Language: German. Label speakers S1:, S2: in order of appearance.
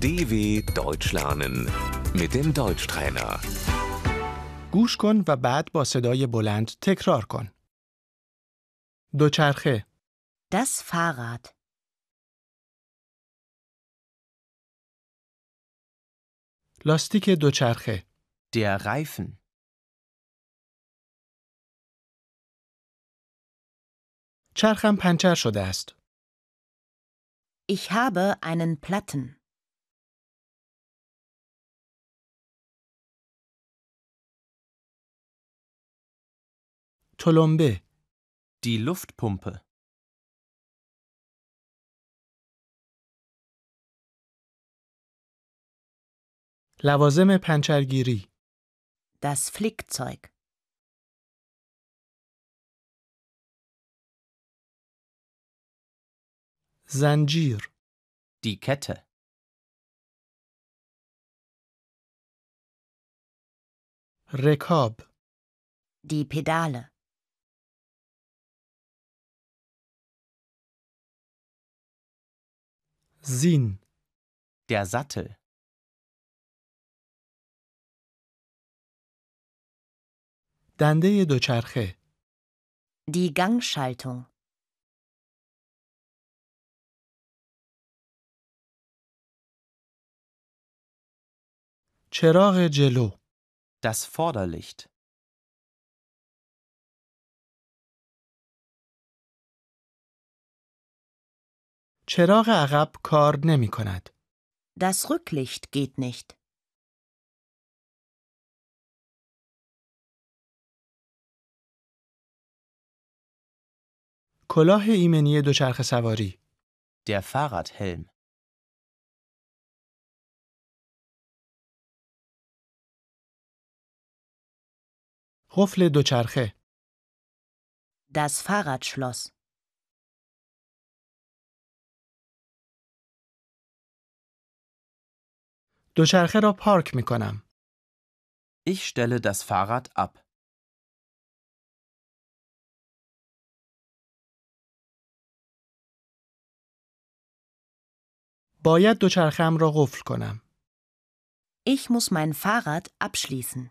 S1: DW Deutsch lernen mit dem Deutschtrainer.
S2: گوش کن و بعد با صدای بلند تکرار کن. دوچرخه،
S3: Das Fahrrad.
S2: لاستیک دوچرخه،
S4: Der Reifen.
S2: چرخم پنچر شده است.
S3: Ich habe einen Platten.
S2: تلمبه،
S4: Die Luftpumpe.
S2: لوازم پنچرگیری،
S3: Das Flickzeug.
S2: زنجیر،
S4: Die Kette.
S2: رکاب،
S3: Die Pedale.
S2: زین،
S4: Der Sattel.
S2: دنده دوچرخه،
S3: Die Gangschaltung.
S2: چراغ جلو،
S4: Das Vorderlicht.
S2: چراغ عقب کار نمی کند.
S3: Das Rücklicht geht nicht.
S2: کلاه ایمنی دوچرخه سواری،
S4: Der Fahrradhelm.
S2: قفل دوچرخه،
S3: Das Fahrradschloss.
S2: دوچرخه را پارک می کنم.
S4: Ich stelle das Fahrrad ab.
S2: باید دوچرخم را قفل کنم.
S3: Ich muss mein Fahrrad abschließen.